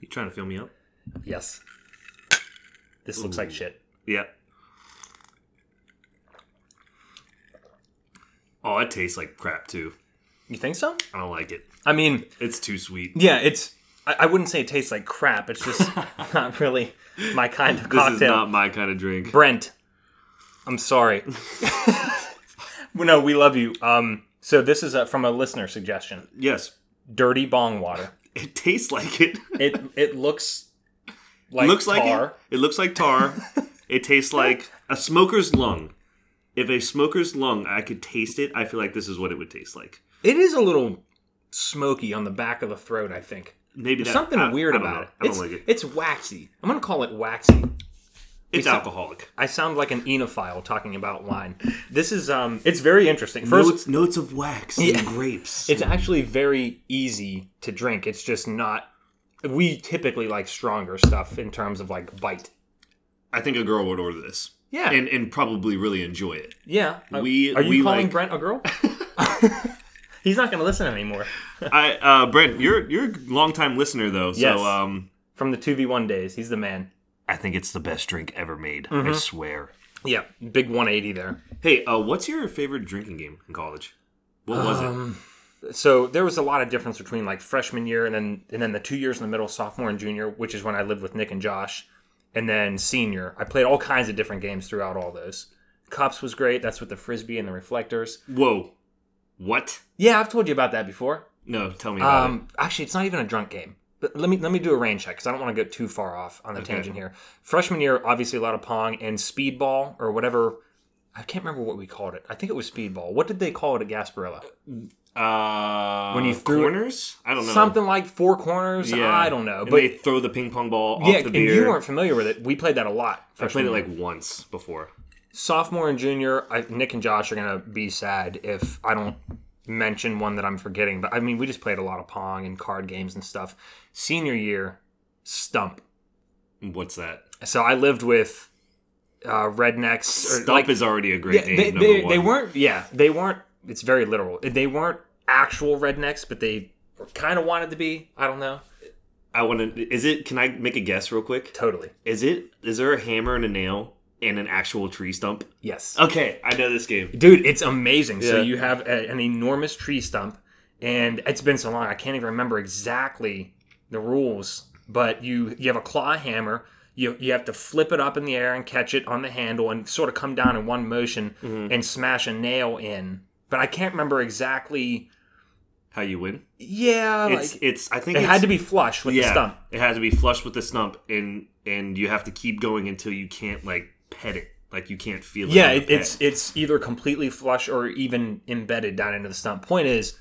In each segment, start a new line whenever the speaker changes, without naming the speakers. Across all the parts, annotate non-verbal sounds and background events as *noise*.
You trying to fill me up?
Yes. This looks like shit.
Yeah. Oh, it tastes like crap too.
You think so?
I don't like it.
I mean,
It's too sweet.
yeah, it's. I, I wouldn't say it tastes like crap.
*laughs*
It's just not really my kind of
This
cocktail.
is not my kind of drink.
Brent,
*laughs*
I'm sorry. Well, no, we love you. Um, so this is a, from a listener suggestion.
Yes,
Dirty bong water.
it tastes like it. *laughs*
It it looks like
looks like
tar.
it. It looks like
*laughs*
tar. it tastes like a smoker's lung. If a smoker's lung, I could taste it. I feel like this is what it would taste like.
It is a little smoky on the back of the throat. I think
Maybe
there's
that,
something
I-
weird
I don't
about it.
know. I don't
it's,
like it.
It's waxy. I'm gonna call it waxy.
It's
saw-
alcoholic.
I sound like an enophile talking about wine. This is um, it's very interesting. First,
notes, notes of wax
Yeah.
and grapes.
it's actually very easy to drink. It's just not. We typically like stronger stuff in terms of like bite.
I think a girl would order this.
Yeah.
and and probably really enjoy it.
Yeah. uh,
We-
are you
we
calling
like-
Brent
*laughs*
a girl? *laughs* He's not going to listen anymore.
I uh, Brent, you're you're a longtime listener though, so
Yes.
um,
From the two v one days, he's the man.
I think it's the best drink ever made.
Mm-hmm.
I swear.
Yeah, big one eighty there.
Hey, uh, what's your favorite drinking game in college? What was
Um,
it?
So there was a lot of difference between like freshman year and then and then the two years in the middle, sophomore and junior, which is when I lived with Nick and Josh, and then senior. I played all kinds of different games throughout all those. Cups was great. That's with the frisbee and the reflectors.
Whoa, what?
Yeah, I've told you about that before.
No, tell me about
Um, actually, it's not even a drunk game. But let me let me do a range check because I don't want to go too far off on the tangent here. Freshman year, obviously a lot of pong and speedball or whatever. I can't remember what we called it. I think it was speedball. What did they call it at Gasparilla?
it. Uh,
when you threw it-
corners, I don't know
Something like four corners. I don't know,
And
but
they throw the ping pong ball
yeah,
off the
and
beer.
you weren't familiar with it. We played that a lot.
I played
freshman
it
year.
like once before.
sophomore and junior. I, Nick and Josh are gonna be sad if I don't mention one that I'm forgetting. But I mean, we just played a lot of pong and card games and stuff. Senior year, stump.
What's that?
So I lived with uh, rednecks. Or,
Stump
like,
is already a great
yeah,
name.
they,
number
they,
one.
they weren't. Yeah, they weren't. It's very literal. They weren't actual rednecks, but they kind of wanted to be. I don't know.
I want to. Is it? Can I make a guess real quick?
Totally.
Is it? Is there a hammer and a nail and an actual tree stump?
Yes.
Okay, I know this game.
Dude, it's amazing. So
Yeah.
you have a, an enormous tree stump, and it's been so long I can't even remember exactly the rules. But you you have a claw hammer. You you have to flip it up in the air and catch it on the handle, and sort of come down in one motion and smash a nail in. But I can't remember exactly.
How you win?
Yeah,
It's.
like
it's. I think
it
it's,
had to be flush with the stump.
It has to be flush with the stump, and and you have to keep going until you can't like pet it, like you can't feel it.
Yeah,
with
it,
the
it's it's either completely flush or even embedded down into the stump. Point is,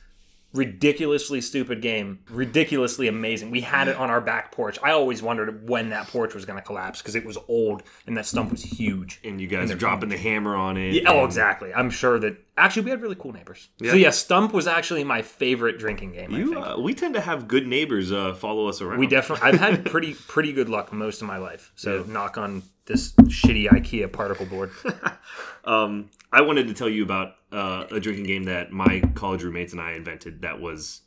ridiculously stupid game, ridiculously amazing. We had it on our back porch. I always wondered when that porch was going to collapse because it was old and that stump was huge.
pet. and you guys are dropping the hammer on it.
Yeah, oh,
and-
exactly. I'm sure that actually we had really cool neighbors. So yeah, stump was actually my favorite drinking game. I
You,
think.
uh, we tend to have good neighbors uh, follow us around.
we definitely. I've had pretty pretty good luck most of my life. So knock on this shitty IKEA
*laughs*
particle board.
Um, I wanted to tell you about uh, a drinking game that my college roommates and I invented that was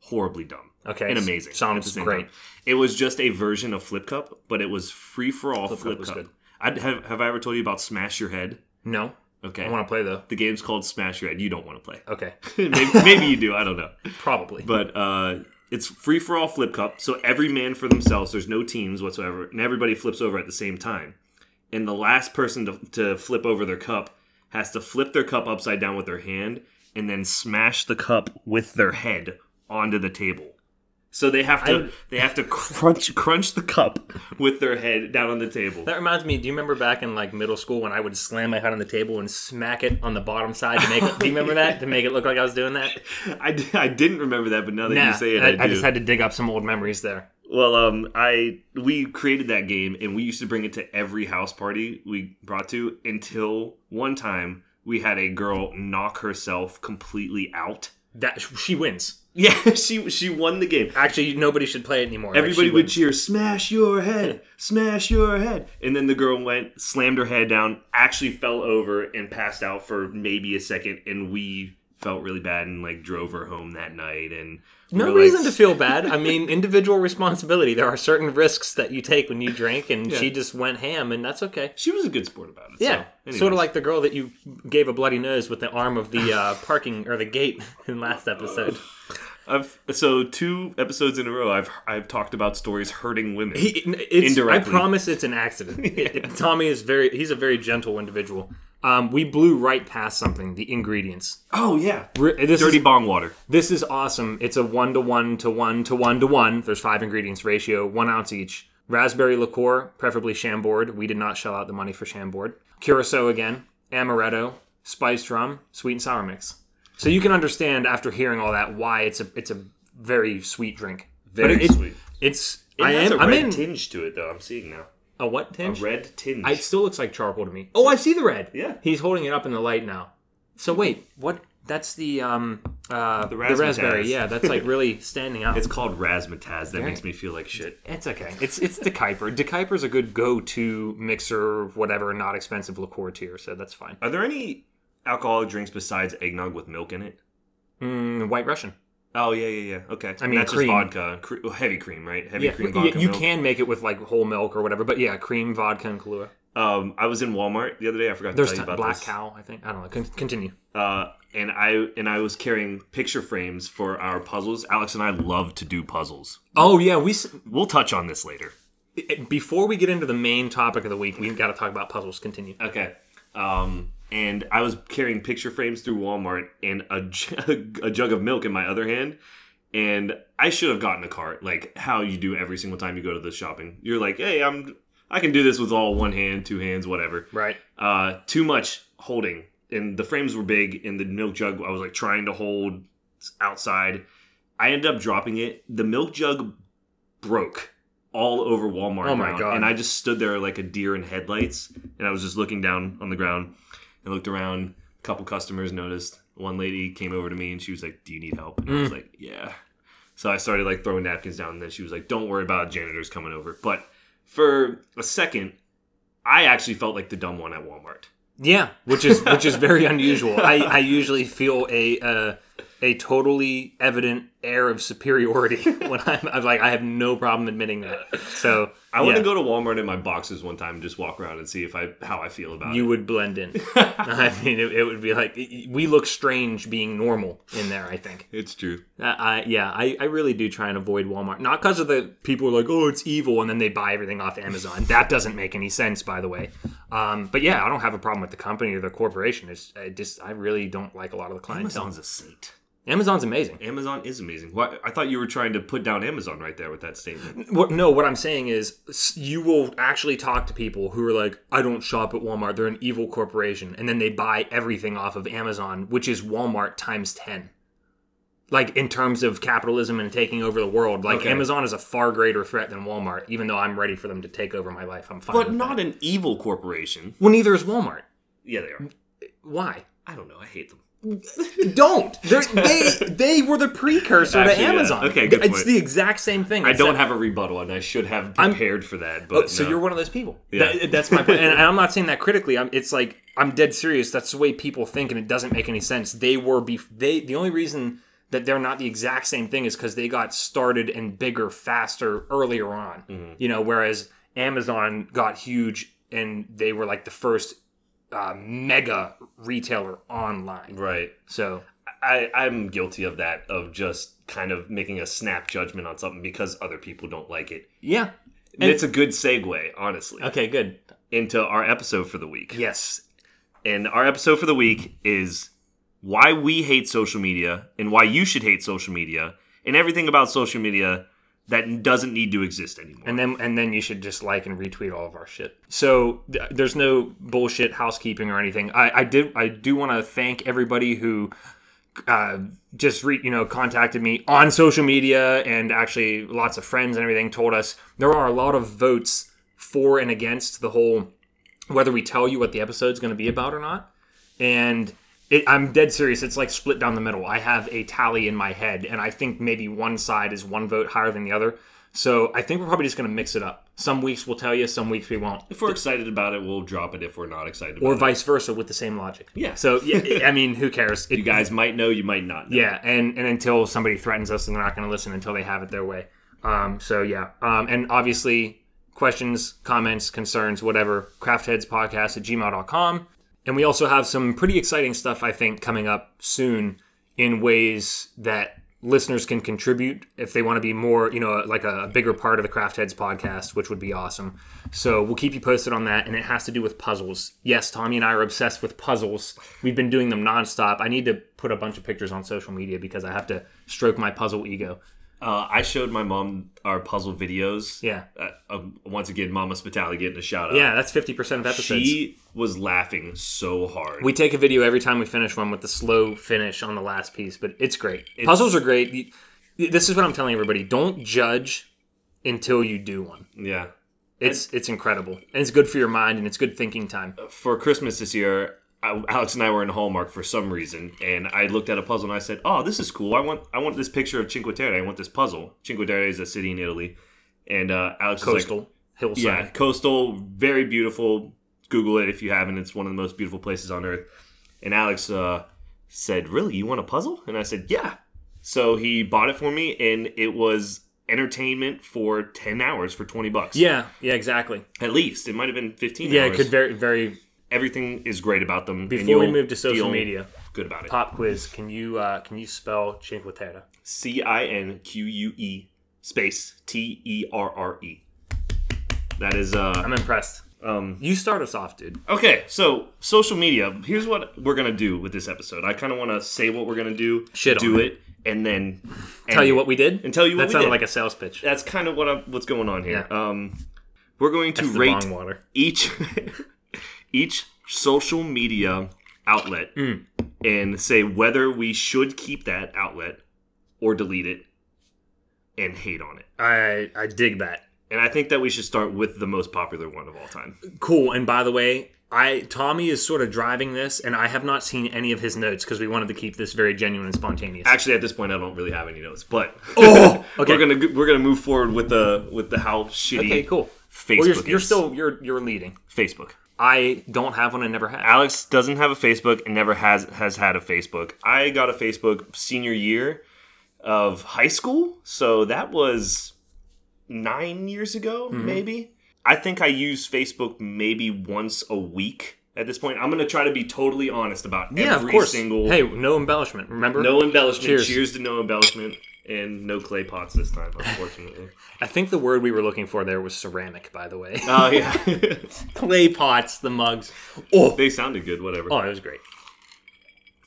horribly dumb
Okay,
and amazing. at the
Sounds
same
great.
time. It was just a version of Flip Cup, but it was free for all Flip,
Cup was
Cup.
good.
I'd, have, have I ever told you about Smash Your Head?
No,
Okay.
I want to play though.
the game's called Smash Your Head. You don't want to
*laughs*
play.
Okay,
maybe, maybe you do. I don't know.
probably.
But uh, it's free for all flip cup, so every man for themselves. There's no teams whatsoever, and everybody flips over at the same time. And the last person to, to flip over their cup has to flip their cup upside down with their hand, and then smash the cup with their head onto the table. So they have to
I-
they have to crunch crunch the cup with their head down on the table.
That reminds me. Do you remember back in like middle school when I would slam my head on the table and smack it on the bottom side to make? it, do you remember that to make it look like I was doing that?
I, di- I didn't remember that, but now that *laughs*
Nah,
you say it, I,
I,
do.
I just had to dig up some old memories there.
Well, um, I we created that game and we used to bring it to every house party we brought to until one time we had a girl knock herself completely out. *laughs*
That she wins.
Yeah, she she won the game.
Actually, nobody should play it anymore. Like,
Everybody
she
would *laughs*
wins.
cheer, "Smash your head, smash your head!" And then the girl went, slammed her head down, actually fell over and passed out for maybe a second, and we felt really bad and like drove her home that night. And we
No
were, like,
reason to feel bad. I mean, individual responsibility. There are certain risks that you take when you drink, and she just went ham, and that's okay.
She was a good sport about it. so,
Yeah, sort
anyways.
of like the girl that you gave a bloody nose with the arm of the uh, parking or the gate *laughs* in last episode.
I've, so two episodes in a row, I've I've talked about stories hurting women.
He, it's,
Indirectly.
I promise it's
*laughs*
an accident. It- it- Tommy is very, he's a very gentle individual. Um, we blew right past something, the ingredients.
oh yeah,
Re- This
dirty
is,
bong water.
this is awesome. It's a one to one to one to one to one. There's five ingredients ratio, one ounce each. Raspberry liqueur, preferably Chambord. We did not shell out the money for Chambord. Curacao again, amaretto, spiced rum, sweet and sour mix. So you can understand after hearing all that why it's a it's a very sweet drink. But
Very
it- it-
sweet.
It's
It
I
has
am
a
I'm
red
in
tinge to it though. I'm seeing now
a what
a
tinge?
red tinge.
It still looks like charcoal to me. Oh, I see the red.
Yeah.
He's holding it up in the light now. So wait, what? That's the um uh the
razzmatazz.
raspberry. Yeah, that's like *laughs* really standing out.
it's
It's,
called razzmatazz. That makes me feel like shit.
okay. It's it's the Kuiper. De Kuiper's a good go-to mixer, whatever, not expensive liqueur tier. So that's fine.
Are there any alcoholic drinks besides eggnog with milk in it?
Mm, White Russian.
Oh yeah, yeah, yeah. Okay. I
mean,
that's
cream.
just vodka, cre- well, heavy cream, right? Heavy
Yeah,
cream
y-
vodka.
you
milk.
can make it with like whole milk or whatever, but yeah, cream, vodka, and Kahlua.
Um, I was in Walmart the other day. I forgot to
There's
tell you
t-
about
Black
this.
Cow, I think. I don't know. Con- continue.
Uh, and I and I was carrying picture frames for our puzzles. Alex and I love to do puzzles.
Oh yeah, we s-
We'll touch on this later.
before we get into the main topic of the week, we've got to talk about puzzles. Continue.
Okay. Um, and I was carrying picture frames through Walmart and a jug, *laughs* a jug of milk in my other hand. And I should have gotten a cart, like how you do every single time you go to the shopping. You're like, hey, I'm I can do this with all one hand, two hands, whatever.
Right.
Uh, too much holding, and the frames were big, and the milk jug I was like trying to hold outside. I ended up dropping it. The milk jug broke all over Walmart.
Oh my
ground,
God.
And I just stood there like a deer in headlights, and I was just looking down on the ground and looked around. A couple customers noticed. One lady came over to me and she was like, "Do you need help?" And
Mm.
I was like, "Yeah." So I started like throwing napkins down, and then she was like, "Don't worry about it, janitors coming over." But for a second, I actually felt like the dumb one at Walmart.
Yeah, which is which is
*laughs*
very unusual. I, I usually feel a uh, a totally evident air of
*laughs*
superiority when I'm, I'm like I have no problem admitting that. So
I want
yeah,
to go to Walmart in my boxes one time and just walk around and see if I how I feel about
You would blend in.
*laughs*
I mean, it, it would be like we look strange being normal in there. I think.
it. It's true.
Uh, I yeah, I, I really do try and avoid Walmart. Not because of the people who are like, oh, it's evil, and then they buy everything off Amazon. That doesn't make any sense, by the way. Um, but yeah, I don't have a problem with the company or the corporation. It's I just I really don't like a lot of the clientele.
Amazon's a saint.
Amazon's amazing.
Amazon is amazing. Why, I thought you were trying to put down Amazon right there with that statement.
What, no, what I'm saying is s- you will actually talk to people who are like, I don't shop at Walmart. They're an evil corporation. And then they buy everything off of Amazon, which is Walmart times 10. Like in terms of capitalism and taking over the world, like
Okay.
Amazon is a far greater threat than Walmart, even though I'm ready for them to take over my life. I'm fine.
But
with
not
that.
an evil corporation.
Well, neither is Walmart.
Yeah, they are.
Why?
I don't know. I hate them.
Don't. They're, they they were the precursor
Actually,
to
yeah.
Amazon.
Okay, good
It's
point.
the exact same thing.
I don't
except-
have a rebuttal, and I should have prepared for that. But
Oh, so
no.
you're one of those people.
Yeah.
That- that's my point. And *laughs* I'm not saying that critically. I'm, it's like I'm dead serious. That's the way people think, and it doesn't make any sense. They were bef- they the only reason that they're not the exact same thing is because they got started and bigger, faster, earlier on. You know, whereas Amazon got huge and they were like the first uh, mega retailer online.
right.
So
I, I'm guilty of that, of just kind of making a snap judgment on something because other people don't like it.
yeah.
And, it's a good segue, honestly,
Okay. Good.
into our episode for the week.
Yes.
And our episode for the week is why we hate social media and why you should hate social media and everything about social media that doesn't need to exist anymore.
And then and then you should just like and retweet all of our shit. So th- there's no bullshit housekeeping or anything. I, I did I do want to thank everybody who uh, just re, you know contacted me on social media and actually lots of friends and everything told us there are a lot of votes for and against the whole whether we tell you what the episode's going to be about or not. And it, I'm dead serious. It's like split down the middle. I have a tally in my head, and I think maybe one side is one vote higher than the other. So I think we're probably just going to mix it up. Some weeks we'll tell you, some weeks we won't,
If we're excited about it, we'll drop it. If we're not excited about
or
it,
vice versa with the same logic.
Yeah.
So yeah, I mean,
*laughs*
who cares? It,
you guys might know, you might not know.
Yeah, and and until somebody threatens us, they're not going to listen until they have it their way. Um, so yeah, um, and obviously questions, comments, concerns, whatever, craftheadspodcast at gmail.com. And we also have some pretty exciting stuff, I think, coming up soon in ways that listeners can contribute if they want to be more, you know, like a, a bigger part of the Craft Heads podcast, which would be awesome. So we'll keep you posted on that. And it has to do with puzzles. Yes, Tommy and I are obsessed with puzzles. We've been doing them nonstop. I need to put a bunch of pictures on social media because I have to stroke my puzzle ego.
Uh, I showed my mom our puzzle videos.
Yeah.
Uh, uh, once again, Mama Spitali getting a shout out.
Yeah, that's 50% of episodes.
She was laughing so hard.
We take a video every time we finish one with the slow finish on the last piece, but it's great. Puzzles are great. You- This is what I'm telling everybody: don't judge until you do one.
yeah.
It's it's incredible, and it's good for your mind, and it's good thinking time.
For Christmas this year, I- Alex and I were in Hallmark for some reason, and I looked at a puzzle and I said, "Oh, this is cool. I want, I want this picture of Cinque Terre. I want this puzzle. Cinque Terre is a city in Italy." And uh, Alex was like,
Coastal hillside.
Yeah, coastal, very beautiful. Google it if you haven't. It's one of the most beautiful places on earth. And Alex uh, said, "Really, you want a puzzle?" And I said, "Yeah." So he bought it for me, and it was entertainment for ten hours for twenty bucks.
yeah, yeah, exactly.
at least it might have been fifteen.
Yeah,
hours.
it could very very.
Everything is great about them. and
Before we
you'll
move to social
feel
media, Uh,
good about it.
pop quiz: Can you uh, can you spell Cinque Terre?
C I N Q U E space T E R R E. That is uh
I'm impressed.
um
You start us off, dude.
Okay, so social media. Here's what we're gonna do with this episode. I kind of want to say what we're gonna do,
Shit
do
on
it, and then
Tell you what we did,
and tell you what
that
we
sounded
did.
like a sales pitch.
That's kind of what I'm, what's going on here. Um, we're going to
It's the
rate
bong water.
each *laughs* each social media outlet
Mm.
and say whether we should keep that outlet or delete it and hate on it.
I I dig that.
And I think that we should start with the most popular one of all time.
cool and by the way i tommy is sort of driving this and i have not seen any of his notes because we wanted to keep this very genuine and spontaneous
Actually, at this point, I don't really have any notes, but *laughs*
Oh, okay.
we're gonna we're gonna move forward with the with the how shitty.
okay cool
Facebook.
well you're, you're
is.
still you're you're leading
Facebook.
i don't have one and never have
Alex doesn't have a Facebook and never has has had a Facebook. I got a Facebook senior year of high school, so that was nine years ago,
Mm-hmm.
maybe. I think I use Facebook maybe once a week at this point. I'm gonna try to be totally honest about
yeah
every
of course
single
hey no embellishment remember
no embellishment.
Cheers.
Cheers to no embellishment and no clay pots this time, unfortunately.
*laughs* i think the word we were looking for there was ceramic by the way
Oh yeah,
*laughs*
*laughs*
clay pots the mugs oh
they sounded good. Whatever.
oh it was great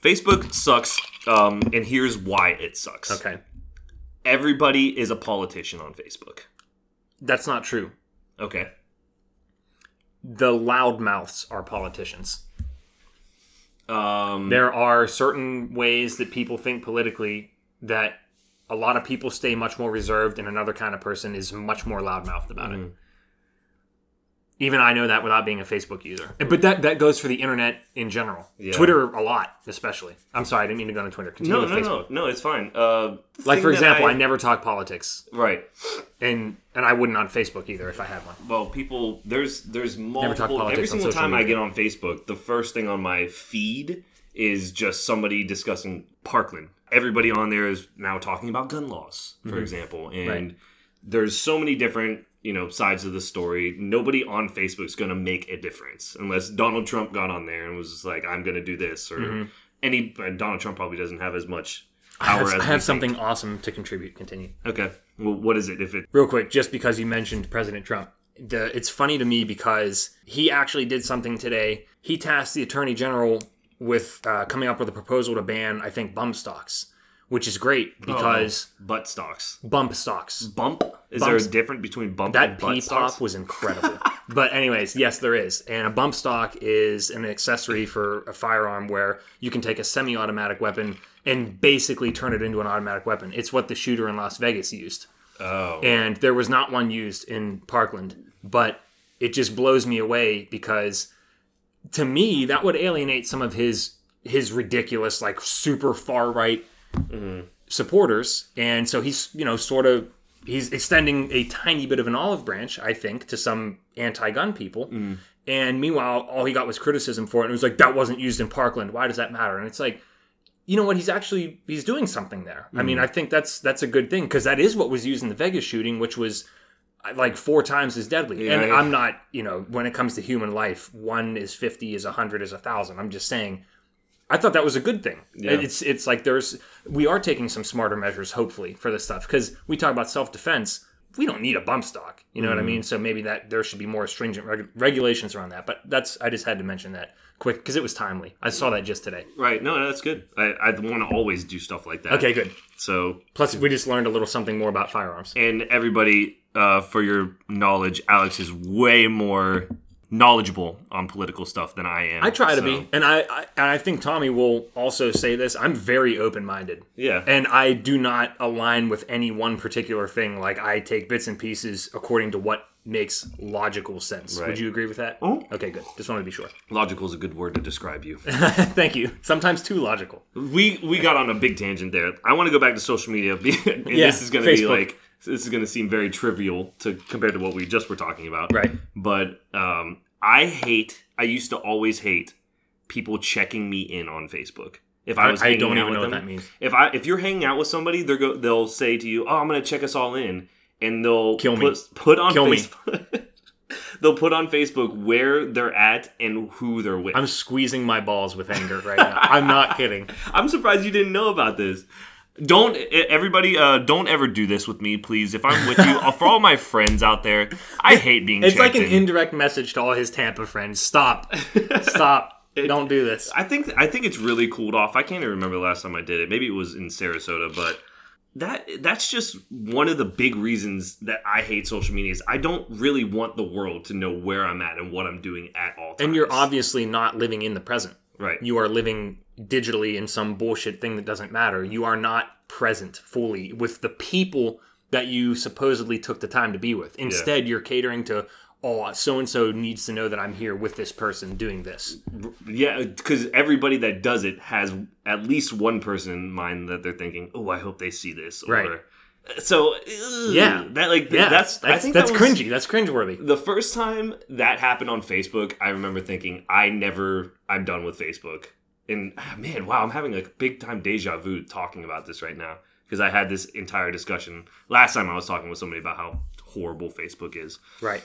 Facebook sucks, um, and here's why it sucks.
okay
Everybody is a politician on Facebook.
that's not true
Okay.
the loudmouths are politicians
Um,
there are certain ways that people think politically that a lot of people stay much more reserved and another kind of person is much more loudmouthed about it even i know that without being a facebook user but that that goes for the internet in general
Yeah.
twitter a lot especially i'm sorry i didn't mean to go on Twitter Continue
no,
with
no,
facebook
no, no. It's fine. Uh, the
like
thing
for
that
example I...
I,
never talk politics
right.
and and i wouldn't on facebook either if i had one
Well, people, there's there's
talk
multiple.
politics
Every
on
single
social
time I
media.
get on Facebook, the first thing on my feed is just somebody discussing Parkland. Everybody on there is now talking about gun laws, for example, and
Mm-hmm. Right.
there's so many different you know sides of the story. Nobody on Facebook's going to make a difference unless Donald Trump got on there and was just like, "I'm going to do this," or any. and Donald Trump probably doesn't have as much
Mm-hmm. i
power
have,
as
I
we
have something awesome to contribute continue
Okay. Well, what is it if it?
real quick, just because you mentioned President Trump. The, it's funny to me because he actually did something today. He tasked the attorney general with uh, coming up with a proposal to ban, I think, bump stocks, which is great because
butt stocks.
bump stocks.
Bump. Is
Bumps-
there a difference between bump
That
and butt
pee
stocks?
pop was incredible. but anyways, yes, there is. And a bump stock is an accessory for a firearm where you can take a semi-automatic weapon and basically turn it into an automatic weapon. It's what the shooter in Las Vegas used.
oh.
and there was not one used in Parkland. But it just blows me away because to me that would alienate some of his his ridiculous like super far right supporters, and so he's you know sort of he's extending a tiny bit of an olive branch, I think, to some anti-gun people. And meanwhile, all he got was criticism for it. And it was like that wasn't used in Parkland. Why does that matter? And it's like, you know what? He's actually he's doing something there. I mean, I think that's that's a good thing because that is what was used in the Vegas shooting, which was uh, like four times as deadly.
Yeah,
and
yeah.
I'm not, you know, when it comes to human life, one is fifty, is hundred, is thousand. I'm just saying. I thought that was a good thing. It's it's like there's we are taking some smarter measures, hopefully, for this stuff because we talk about self defense. We don't need a bump stock, you know what I mean. So maybe that there should be more stringent reg- regulations around that. But that's I just had to mention that quick because it was timely. I saw that just today.
Right. No, no, that's good. I, I want to always do stuff like that.
Okay, good.
So,
Plus, we just learned a little something more about firearms.
and everybody, uh, for your knowledge, Alex is way more knowledgeable on political stuff than I am.
I try to
so-
be, and I, I and I think Tommy will also say this. I'm very open minded.
Yeah.
and I do not align with any one particular thing. Like I take bits and pieces according to what makes logical sense.
Right.
Would you agree with that?
Oh.
Okay, good. Just wanted to be sure. *laughs*
Logical is a good word to describe you.
Thank you. Sometimes too logical.
we we got on a big tangent there. I want to go back to social media. *laughs* be- and
Yeah,
this is going to be
Facebook.
like this is going to seem very trivial to compared to what we just were talking about.
Right.
But um, I hate. I used to always hate people checking me in on Facebook. If I was,
I
hanging out
don't even
with
know what
them.
that means.
If I if you're hanging out with somebody, they're go they'll say to you, "Oh, I'm going to check us all in," and they'll
Kill me.
put, put on
Kill me.
Facebook. *laughs* they'll put on Facebook where they're at and who they're with.
I'm squeezing my balls with anger right now. *laughs* I'm not kidding.
I'm surprised you didn't know about this. Don't e- everybody uh, don't ever do this with me, please. If I'm with you, uh, for all my friends out there, I hate being.
It's like
checked
an
in.
indirect message to all his Tampa friends. *laughs* Stop. Stop. don't do this.
I think I think it's really cooled off. I can't even remember the last time I did it. Maybe it was in Sarasota, but that that's just one of the big reasons that I hate social media. Is I don't really want the world to know where I'm at and what I'm doing at all. Times.
And you're obviously not living in the present.
right.
You are living digitally in some bullshit thing that doesn't matter. You are not present fully with the people that you supposedly took the time to be with. Instead, you're catering to, oh, so and so needs to know that I'm here with this person doing this.
Yeah, because everybody that does it has at least one person in mind that they're thinking, "Oh, I hope they see this." Or,
Right.
So ugh,
Yeah.
that like
Yeah,
that's,
that's
I
that's,
think
that's
that was-
cringy. That's cringeworthy.
The first time that happened on Facebook, I remember thinking, "I never, I'm done with Facebook." And ah, man, wow, I'm having like big time deja vu talking about this right now because I had this entire discussion last time I was talking with somebody about how horrible Facebook is.
Right.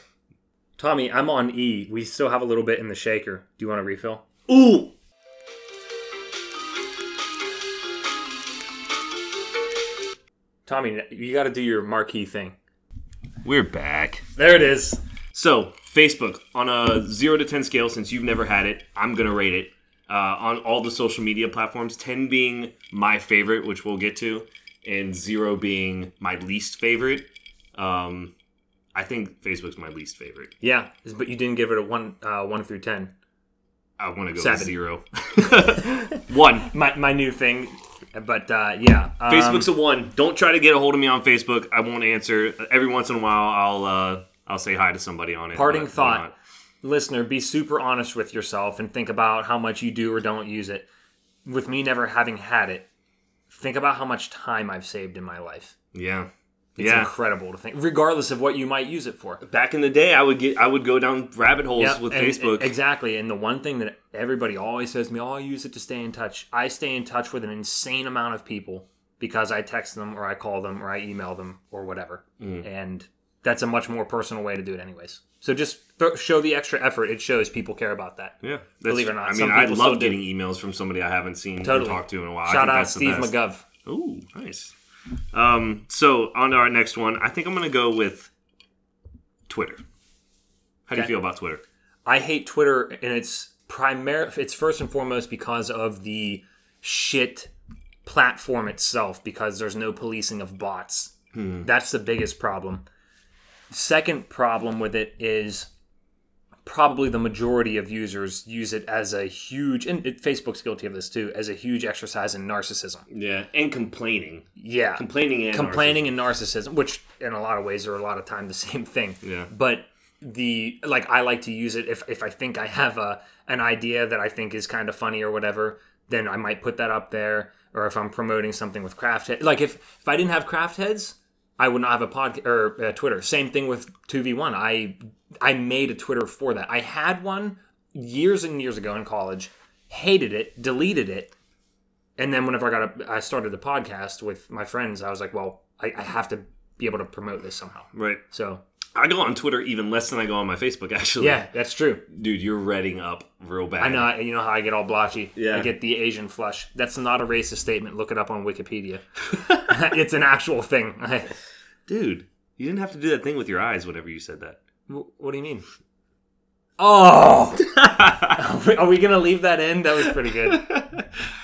Tommy, I'm on E. We still have a little bit in the shaker. Do you want a refill?
Ooh.
Tommy, you got to do your marquee thing.
We're back.
There it is.
So, Facebook, on a 0 to 10 scale, since you've never had it, I'm going to rate it uh, on all the social media platforms 10 being my favorite, which we'll get to, and 0 being my least favorite. Um, I think Facebook's my least favorite.
Yeah, but you didn't give it a one uh, one through ten.
I want to go
Seven.
with *laughs* 0. 1.
my, my new thing. But uh, yeah, um,
Facebook's a 1. Don't try to get a hold of me on Facebook. I won't answer. Every once in a while, I'll. Uh, I'll say hi to somebody on it.
Parting
but
thought.
why not?
listener, be super honest with yourself and think about how much you do or don't use it. With me never having had it, think about how much time I've saved in my life.
Yeah.
It's
yeah.
incredible to think, regardless of what you might use it for.
back in the day I would get I would go down rabbit holes
Yep,
with
and-
Facebook.
Exactly. And the one thing that everybody always says to me, oh, I use it to stay in touch. I stay in touch with an insane amount of people because I text them or I call them or I email them or whatever.
Mm.
And that's a much more personal way to do it, anyways. So just th- show the extra effort. It shows people care about that.
yeah, that's-
Believe it or not,
I mean,
some
I
people still
love
do.
getting emails from somebody I haven't seen or
Totally.
talked to in a while. I
Shout
think
out
that's the
Steve
best.
McGov.
Ooh, nice. Um, so on to our next one. I think I'm gonna go with Twitter. How do you
Okay.
feel about Twitter?
I hate Twitter, and it's primary. It's first and foremost because of the shit platform itself. Because there's no policing of bots. That's the biggest problem. Second problem with it is probably the majority of users use it as a huge, and it, Facebook's guilty of this too, as a huge exercise in narcissism.
Yeah, and complaining,
Yeah,
complaining, and
complaining and narcissism, which in a lot of ways are a lot of time the *laughs* same thing.
Yeah.
But the like I like to use it if if I think I have a an idea that I think is kind of funny or whatever, then I might put that up there. Or if I'm promoting something with craft head, like if if I didn't have craft heads, I would not have a pod or uh, Twitter. Same thing with 2v1. I I made a Twitter for that. I had one years and years ago in college, hated it, deleted it. And then whenever I got a, I started the podcast with my friends, I was like, well, I, I have to be able to promote this somehow.
Right.
So
I go on Twitter even less than I go on my Facebook, actually.
yeah, that's true.
Dude, you're redding up real bad.
I know. I- You know how I get all blotchy.
Yeah.
I get the Asian flush. That's not a racist statement. Look it up on *laughs* Wikipedia. it's an actual thing. *laughs*
Dude, you didn't have to do that thing with your eyes whenever you said that.
Wh- what do you mean? Oh, *laughs* are we- are we gonna leave that in? That was pretty good. I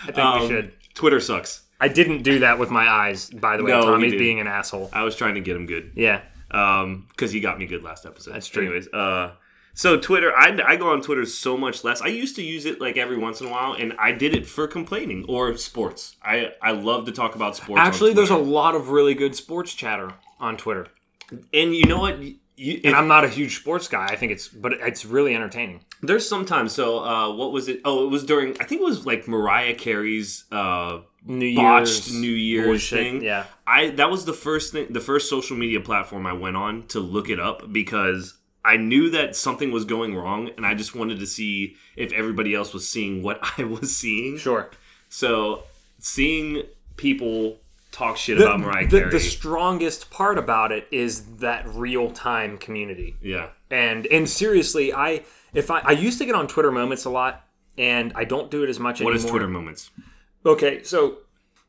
think we
Um,
should.
Twitter sucks.
I didn't do that with my eyes, by the way.
No, you
Tommy's
didn't.
being an asshole.
I was trying to get him good
Yeah,
because Um, he got me good last episode.
That's true.
Anyways, uh, so Twitter, I, I go on Twitter so much less. I used to use it like every once in a while, and I did it for complaining or sports. I, I love to talk about sports. on
actually, there's a
Twitter.
lot of really good sports chatter on Twitter,
and you know what. You,
and I'm not a huge sports guy. I think it's, but it's really entertaining.
There's sometimes. So uh, what was it? Oh, it was during. I think it was like Mariah Carey's uh,
New
botched
Year's
New Year's
bullshit,
thing.
Yeah,
I that was the first thing, the first social media platform I went on to look it up because I knew that something was going wrong, and I just wanted to see if everybody else was seeing what *laughs* I was seeing.
sure.
So seeing people talk shit about Mariah
the,
Carey.
the strongest part about it is that real time community.
yeah,
And and seriously, I if I, I used to get on Twitter moments a lot and I don't do it as much
what
anymore.
is Twitter moments?
Okay, so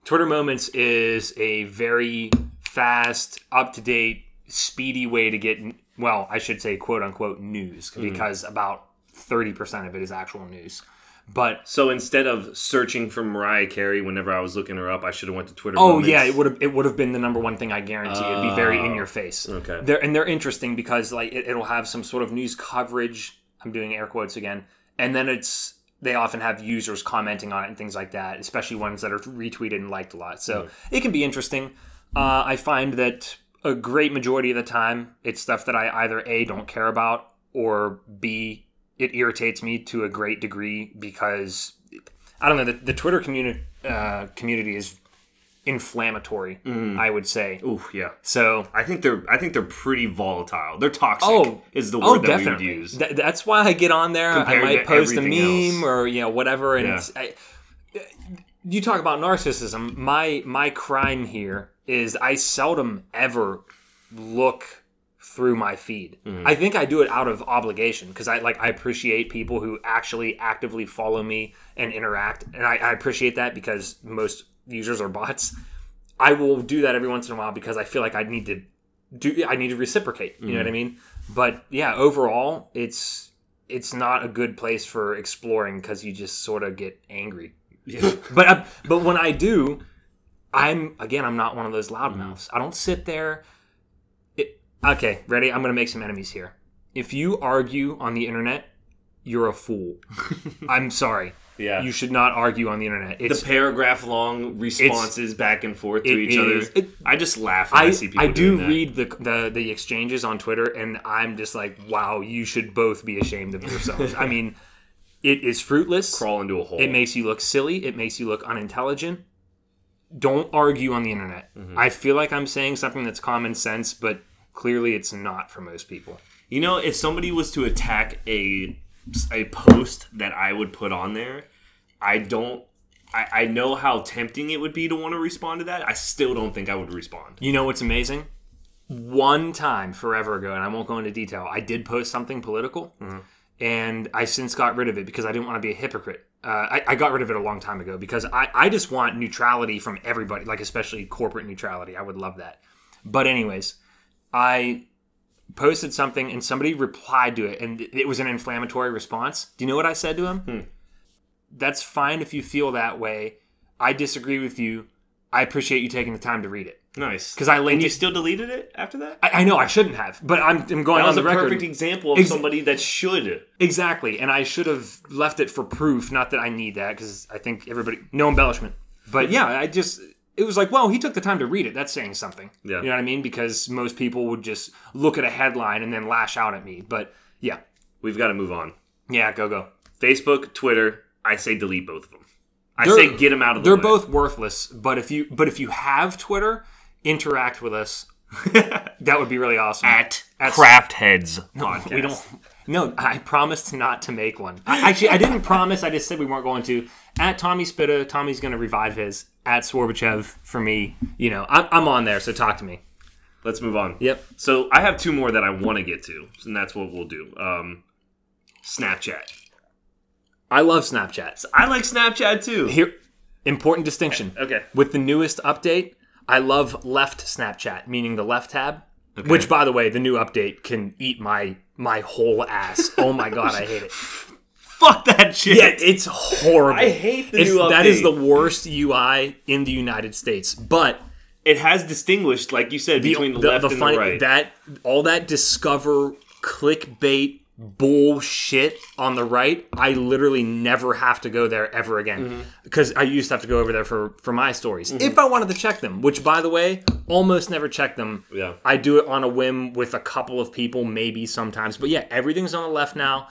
Twitter moments is a very fast, up to date, speedy way to get well, I should say quote unquote news because about 30% of it is actual news. But
So instead of searching for Mariah Carey whenever I was looking her up, I should have went to Twitter.
Oh
moments.
yeah, it would have it would have been the number one thing I guarantee. It'd be very in your face.
okay.
They're and they're interesting because like it, it'll have some sort of news coverage. I'm doing air quotes again, and then it's they often have users commenting on it and things like that, especially ones that are retweeted and liked a lot. So it can be interesting. Uh, I find that a great majority of the time, it's stuff that I either a don't care about or b it irritates me to a great degree because I don't know the, the Twitter community uh, community is inflammatory. I would say
Ooh, yeah.
so.
I think they're I think they're pretty volatile. They're toxic.
Oh,
is the
Oh,
word that
definitely.
we would use.
Tha- that's why I get on there.
Compared
I
to
might post a meme
everything else.
or you know whatever. And
Yeah.
it's, I, you talk about narcissism. My my crime here is I seldom ever look through my feed. I think I do it out of obligation because I like I appreciate people who actually actively follow me and interact, and I, I appreciate that because most users are bots. I will do that every once in a while because I feel like I need to do I need to reciprocate. You know what I mean? But yeah, overall, it's it's not a good place for exploring because you just sort of get angry. But I, but when I do, I'm again I'm not one of those loudmouths.
Mm-hmm.
I don't sit there. It, okay, ready? I'm gonna make some enemies here. If you argue on the internet, you're a
*laughs*
fool. I'm sorry.
yeah.
You should not argue on the internet.
the
It's
paragraph long responses back and forth to
it
each other.
is- it-
I just laugh when I,
I,
see people.
I do
doing that.
read the, the the exchanges on Twitter, and I'm just like, wow, you should both be ashamed of yourselves.
*laughs*
I mean, it is fruitless.
crawl into a hole.
It makes you look silly. It makes you look unintelligent. Don't argue on the internet. I feel like I'm saying something that's common sense, but clearly it's not for most people.
you know, if somebody was to attack a a post that I would put on there, I don't. I, I know how tempting it would be to want to respond to that. I still don't think I would respond.
You know what's amazing? One time forever ago, and I won't go into detail, I did post something political, and I since got rid of it because I didn't want to be a hypocrite. Uh, I, I got rid of it a long time ago because I, I just want neutrality from everybody, like especially corporate neutrality. I would love that. But, anyways, I posted something and somebody replied to it, and it was an inflammatory response. Do you know what I said to him? That's fine if you feel that way. I disagree with you. I appreciate you taking the time to read it.
Nice,
Because I
and
linked
you
it.
still deleted it after that.
I, I know I shouldn't have, but I'm, I'm going
that
on
was
the
a
record
perfect e-, example of
Ex-
somebody that should.
exactly, and I should have left it for proof. Not that I need that, because I think everybody no embellishment. But yeah, I just it was like, well, he took the time to read it. That's saying something.
Yeah.
you know what I mean? Because most people would just look at a headline and then lash out at me. But yeah,
We've got to move on.
yeah, go go.
Facebook, Twitter. I say delete both of them. I
They're-
say get them out of the
They're
way.
both worthless. But if you but if you have Twitter, interact with us
*laughs*
That would be really awesome.
At
Craft Heads
podcast.
We don't. No, I promised not to make one. I, actually, I didn't promise. I just said we weren't going to. At Tommy Spitta, Tommy's going to revive his. At Swarbachev for me, you know, I'm, I'm on there. So talk to me.
Let's move on.
Yep.
So I have two more that I want to get to, and that's what we'll do. Um, Snapchat.
I love Snapchat. So
I like Snapchat too.
Here, important distinction.
Okay.
With the newest update, I love left Snapchat, meaning the left tab. Which, by the way, the new update can eat my my whole ass. Oh my god, I hate
*laughs*
it.
Fuck that shit.
Yeah, it's horrible.
I hate the
It's-
new update.
That is the worst UI in the United States. But
It has distinguished, like you said, between the, left and
funny-
the right.
That all that discover clickbait bullshit on the right, I literally never have to go there ever again
Mm-hmm.
because I used to have to go over there for for my stories if I wanted to check them. Which, by the way, almost never check them.
Yeah.
I do it on a whim with a couple of people, maybe sometimes. But yeah, everything's on the left now.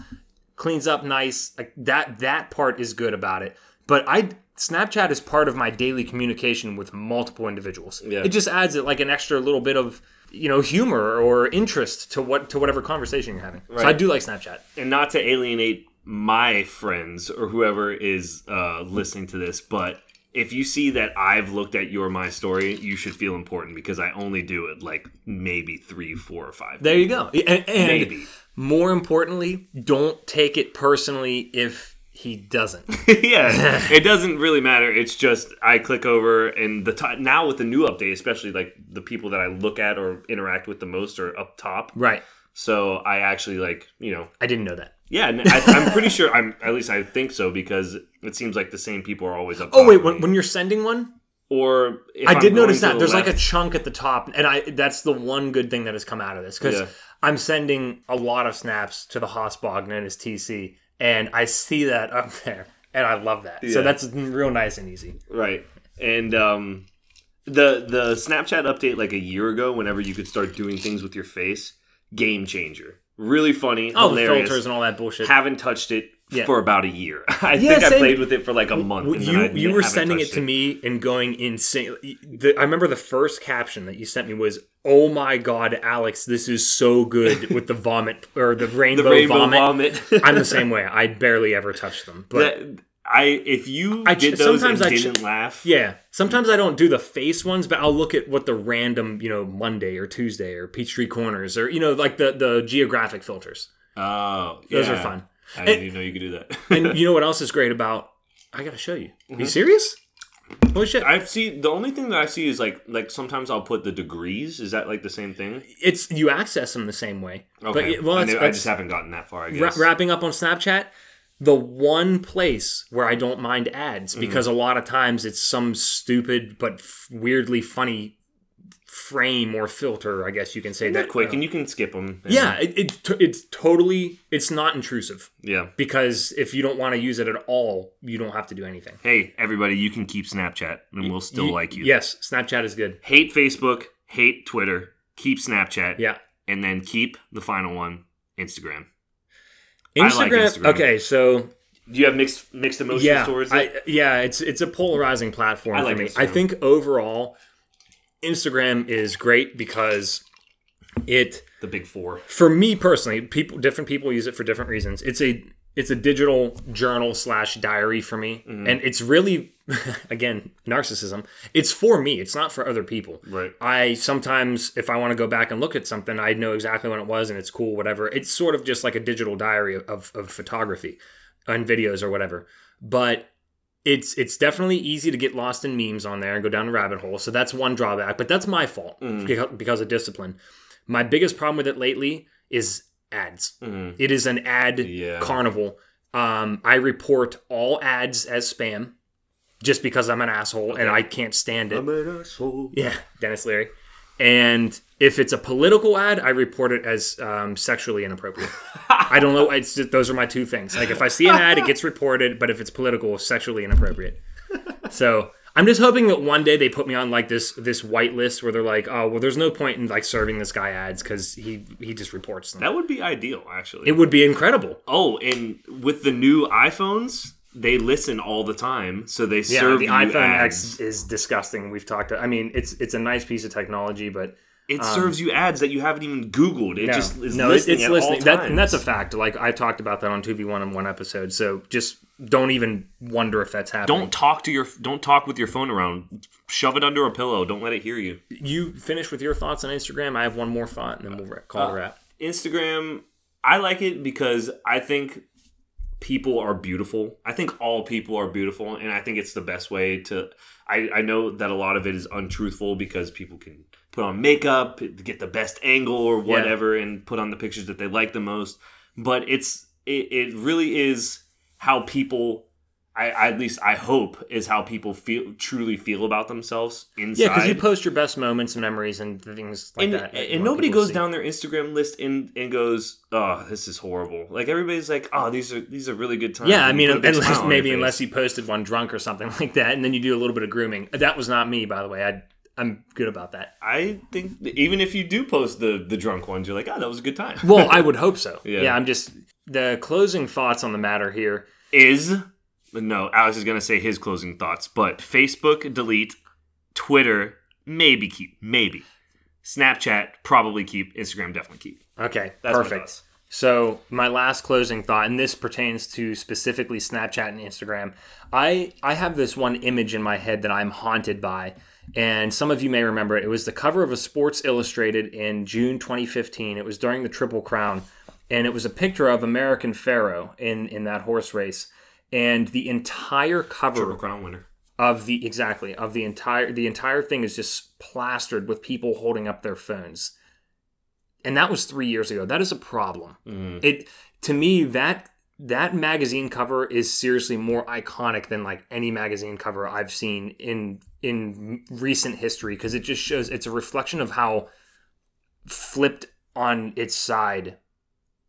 Cleans up nice. Like that that part is good about it. But I Snapchat is part of my daily communication with multiple individuals.
Yeah.
It just adds it like an extra little bit of you know humor or interest to what to whatever conversation you're having. So I do like Snapchat.
and not to alienate my friends or whoever is uh, listening to this, but if you see that I've looked at your my story, you should feel important because I only do it like maybe three, four, or five.
There you go. And, and
Maybe.
more importantly, don't take it personally if he *laughs* doesn't.
*laughs* yeah, it doesn't really matter. It's just I click over, and the ti now with the new update, especially like the people that I look at or interact with the most are up top.
right.
So I actually like you know
I didn't know that.
yeah, and I, I'm pretty sure I'm at least I think so because it seems like the same people are always up.
Oh
top
wait,
for
when,
me.
when you're sending one,
or if
I
I'm
did notice
going
that
to the
there's like a
left-
chunk at the top, and I that's the one good thing that has come out of this because
Yeah.
I'm sending a lot of snaps to the Hosbog known as TC, and I see that up *laughs* there, and I love that.
Yeah.
So that's real nice and easy.
right and um the the snapchat update like a year ago whenever you could start doing things with your face game changer really funny
Oh, the
hilarious
filters and all that bullshit.
haven't touched it
Yeah.
for about a year *laughs* i
Yeah,
think i
same.
played with it for like a month and then
you
I
you were
haven't
sending it
touched
to me and going insane. The, I remember the first caption that you sent me was, "Oh my god, Alex, this is so good with the vomit or the
*laughs*
rainbow,
the rainbow
vomit."
vomit,
I'm the same way. *laughs* I barely ever touch them, but
*laughs* That- i if you
I ch-
did those
sometimes
and
I ch-
didn't laugh
Yeah. Sometimes I don't do the face ones, but I'll look at what the random, you know, Monday or Tuesday or Peachtree Corners or, you know, like the, the geographic filters.
oh
Those
yeah.
are fun.
i didn't even know you could do that
*laughs* And you know what else is great about? I got to show you.
Mm-hmm.
You serious? Holy shit.
*laughs* I see. The only thing that I see is like, like sometimes I'll put the degrees. Is that like the same thing?
It's you access them the same way. But
Okay.
yeah, well,
I,
that's,
knew- I
that's-
just haven't gotten that far. I
wra-
guess.
wrapping up on Snapchat, the one place where I don't mind
Mm-hmm.
ads because a lot of times it's some stupid but f- weirdly funny frame or filter, I guess you can say
that
that uh,
quick, and you can skip them.
Yeah, it, it t- it's totally it's not intrusive
yeah.
because if you don't want to use it at all, you don't have to do anything.
Hey, everybody, you can keep Snapchat, and we'll still like you.
Yes, Snapchat is good.
Hate Facebook, hate Twitter, keep Snapchat,
Yeah.
and then keep the final one, Instagram. I
Instagram,
like Instagram.
Okay, so
Do you have mixed mixed emotions
yeah,
towards it?
I, yeah, it's it's a polarizing platform
I like
for me.
Instagram.
I think overall, Instagram is great because it
the big four.
for me personally, people different people use it for different reasons. It's a it's a digital journal slash diary for me, and it's really *laughs* again narcissism. It's for me. It's not for other people.
Right.
I sometimes, if I want to go back and look at something, I know exactly when it was, and it's cool, whatever. It's sort of just like a digital diary of, of, of photography and videos or whatever. But it's it's definitely easy to get lost in memes on there and go down a rabbit hole. So that's one drawback, but that's my fault beca- because of discipline. My biggest problem with it lately is ads.
Mhm.
It is an ad
Yeah.
carnival. Um, I report all ads as spam just because I'm an asshole and I can't stand it.
an asshole.
Yeah, Dennis Leary. And if it's a political ad, I report it as um, sexually inappropriate. I don't know. It's just, those are my two things. Like if I see an ad, it gets reported, but if it's political, sexually inappropriate. So I'm just hoping that one day they put me on like this this white list where they're like, oh well, there's no point in like serving this guy ads because he he just reports them.
That would be ideal, actually.
It would be incredible.
oh, and with the new iPhones, they listen all the time, so they
Yeah,
serve
the
you
iPhone
ads.
X is disgusting. We've talked. I mean, it's it's a nice piece of technology, but
It
Um,
serves you ads that you haven't even Googled. It
No.
just is
no,
listening
it's
at
listening.
all
That-
times.
and that's a fact. Like I talked about that on two v one in one episode. So just don't even wonder if that's happening.
don't talk to your don't talk with your phone around. Shove it under a pillow. Don't let it hear you.
you finish with your thoughts on Instagram. I have one more thought, and then we'll call it a wrap.
Instagram, I like it because I think people are beautiful. I think all people are beautiful, and I think it's the best way to. I, I know that a lot of it is untruthful because people can put on makeup, get the best angle or whatever, and put on the pictures that they like the most. But it's it, it really is how people. I, I at least I hope is how people feel truly feel about themselves inside.
Yeah, because you post your best moments, memories, and things like
and,
that. that you
and
want
nobody
people to
goes
see.
down their Instagram list and, and goes, "Oh, this is horrible." Like everybody's like, "Oh, these are these are really good times."
Yeah, I
And
mean,
put a big smile
unless
on
maybe
your face.
unless you posted one drunk or something *laughs* like that, and then you do a little bit of grooming. That was not me, by the way. I I'm good about that.
I think that even if you do post the the drunk ones, you're like, "Oh, that was a good time."
*laughs* Well, I would hope so.
Yeah.
yeah, I'm just the closing thoughts on the matter here.
is no, Alex is gonna say his closing thoughts, but Facebook delete, Twitter maybe keep, maybe, Snapchat probably keep, Instagram definitely keep.
Okay,
That's my
perfect.
thoughts.
So my last closing thought, and this pertains to specifically Snapchat and Instagram. I I have this one image in my head that I'm haunted by, and some of you may remember it. It was the cover of a Sports Illustrated in June 2015. It was during the Triple Crown, and it was a picture of American Pharaoh in in that horse race, and the entire cover
Triple Crown winner.
of the exactly of the entire the entire thing is just plastered with people holding up their phones and that was three years ago that is a problem
Mm.
it to me that that magazine cover is seriously more iconic than like any magazine cover i've seen in in recent history because it just shows it's a reflection of how flipped on its side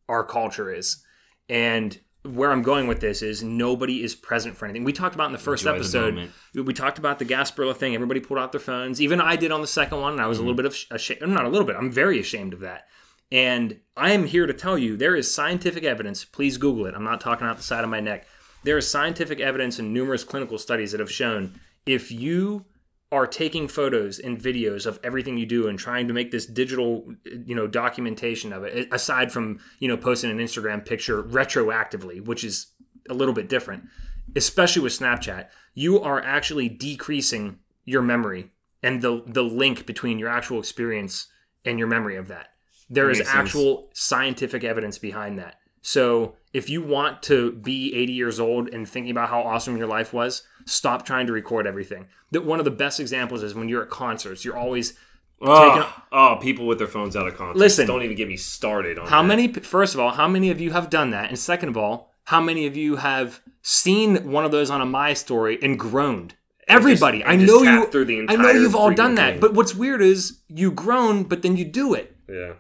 our culture is and where i'm going with this is nobody is present for anything we talked about in the first
Enjoy the
episode
moment.
we talked about the Gasparilla thing. Everybody pulled out their phones. Even I did on the second one, and I was
Mm.
a little bit of ashamed. Not a little bit. I'm very ashamed of that. And I am here to tell you there is scientific evidence. Please Google it. I'm not talking out the side of my neck. There is scientific evidence and numerous clinical studies that have shown if you are taking photos and videos of everything you do and trying to make this digital you know documentation of it aside from you know posting an Instagram picture retroactively which is a little bit different especially with Snapchat, you are actually decreasing your memory and the the link between your actual experience and your memory of that. There is
Makes sense.
actual scientific evidence behind that. So if you want to be 80 years old and thinking about how awesome your life was, stop trying to record everything. That one of the best examples is when you're at concerts, you're always
Oh, oh, people with their phones out of context.
Listen.
don't even get me started on
How
that.
many? First of all, how many of you have done that? And second of all, how many of you have seen one of those on a my story and groaned? Everybody,
and
I
just
know
tap
you.
through the
I know
entire
you've all
freaking
done that.
thing.
But what's weird is you groan, but then you do it.
Yeah.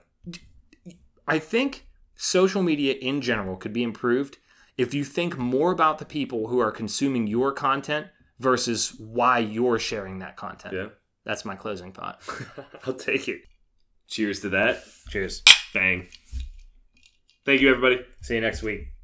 I think social media in general could be improved if you think more about the people who are consuming your content versus why you're sharing that content.
Yeah.
That's my closing thought.
*laughs* I'll take it. Cheers to that.
Cheers.
Bang. Thank you, everybody.
See you next week.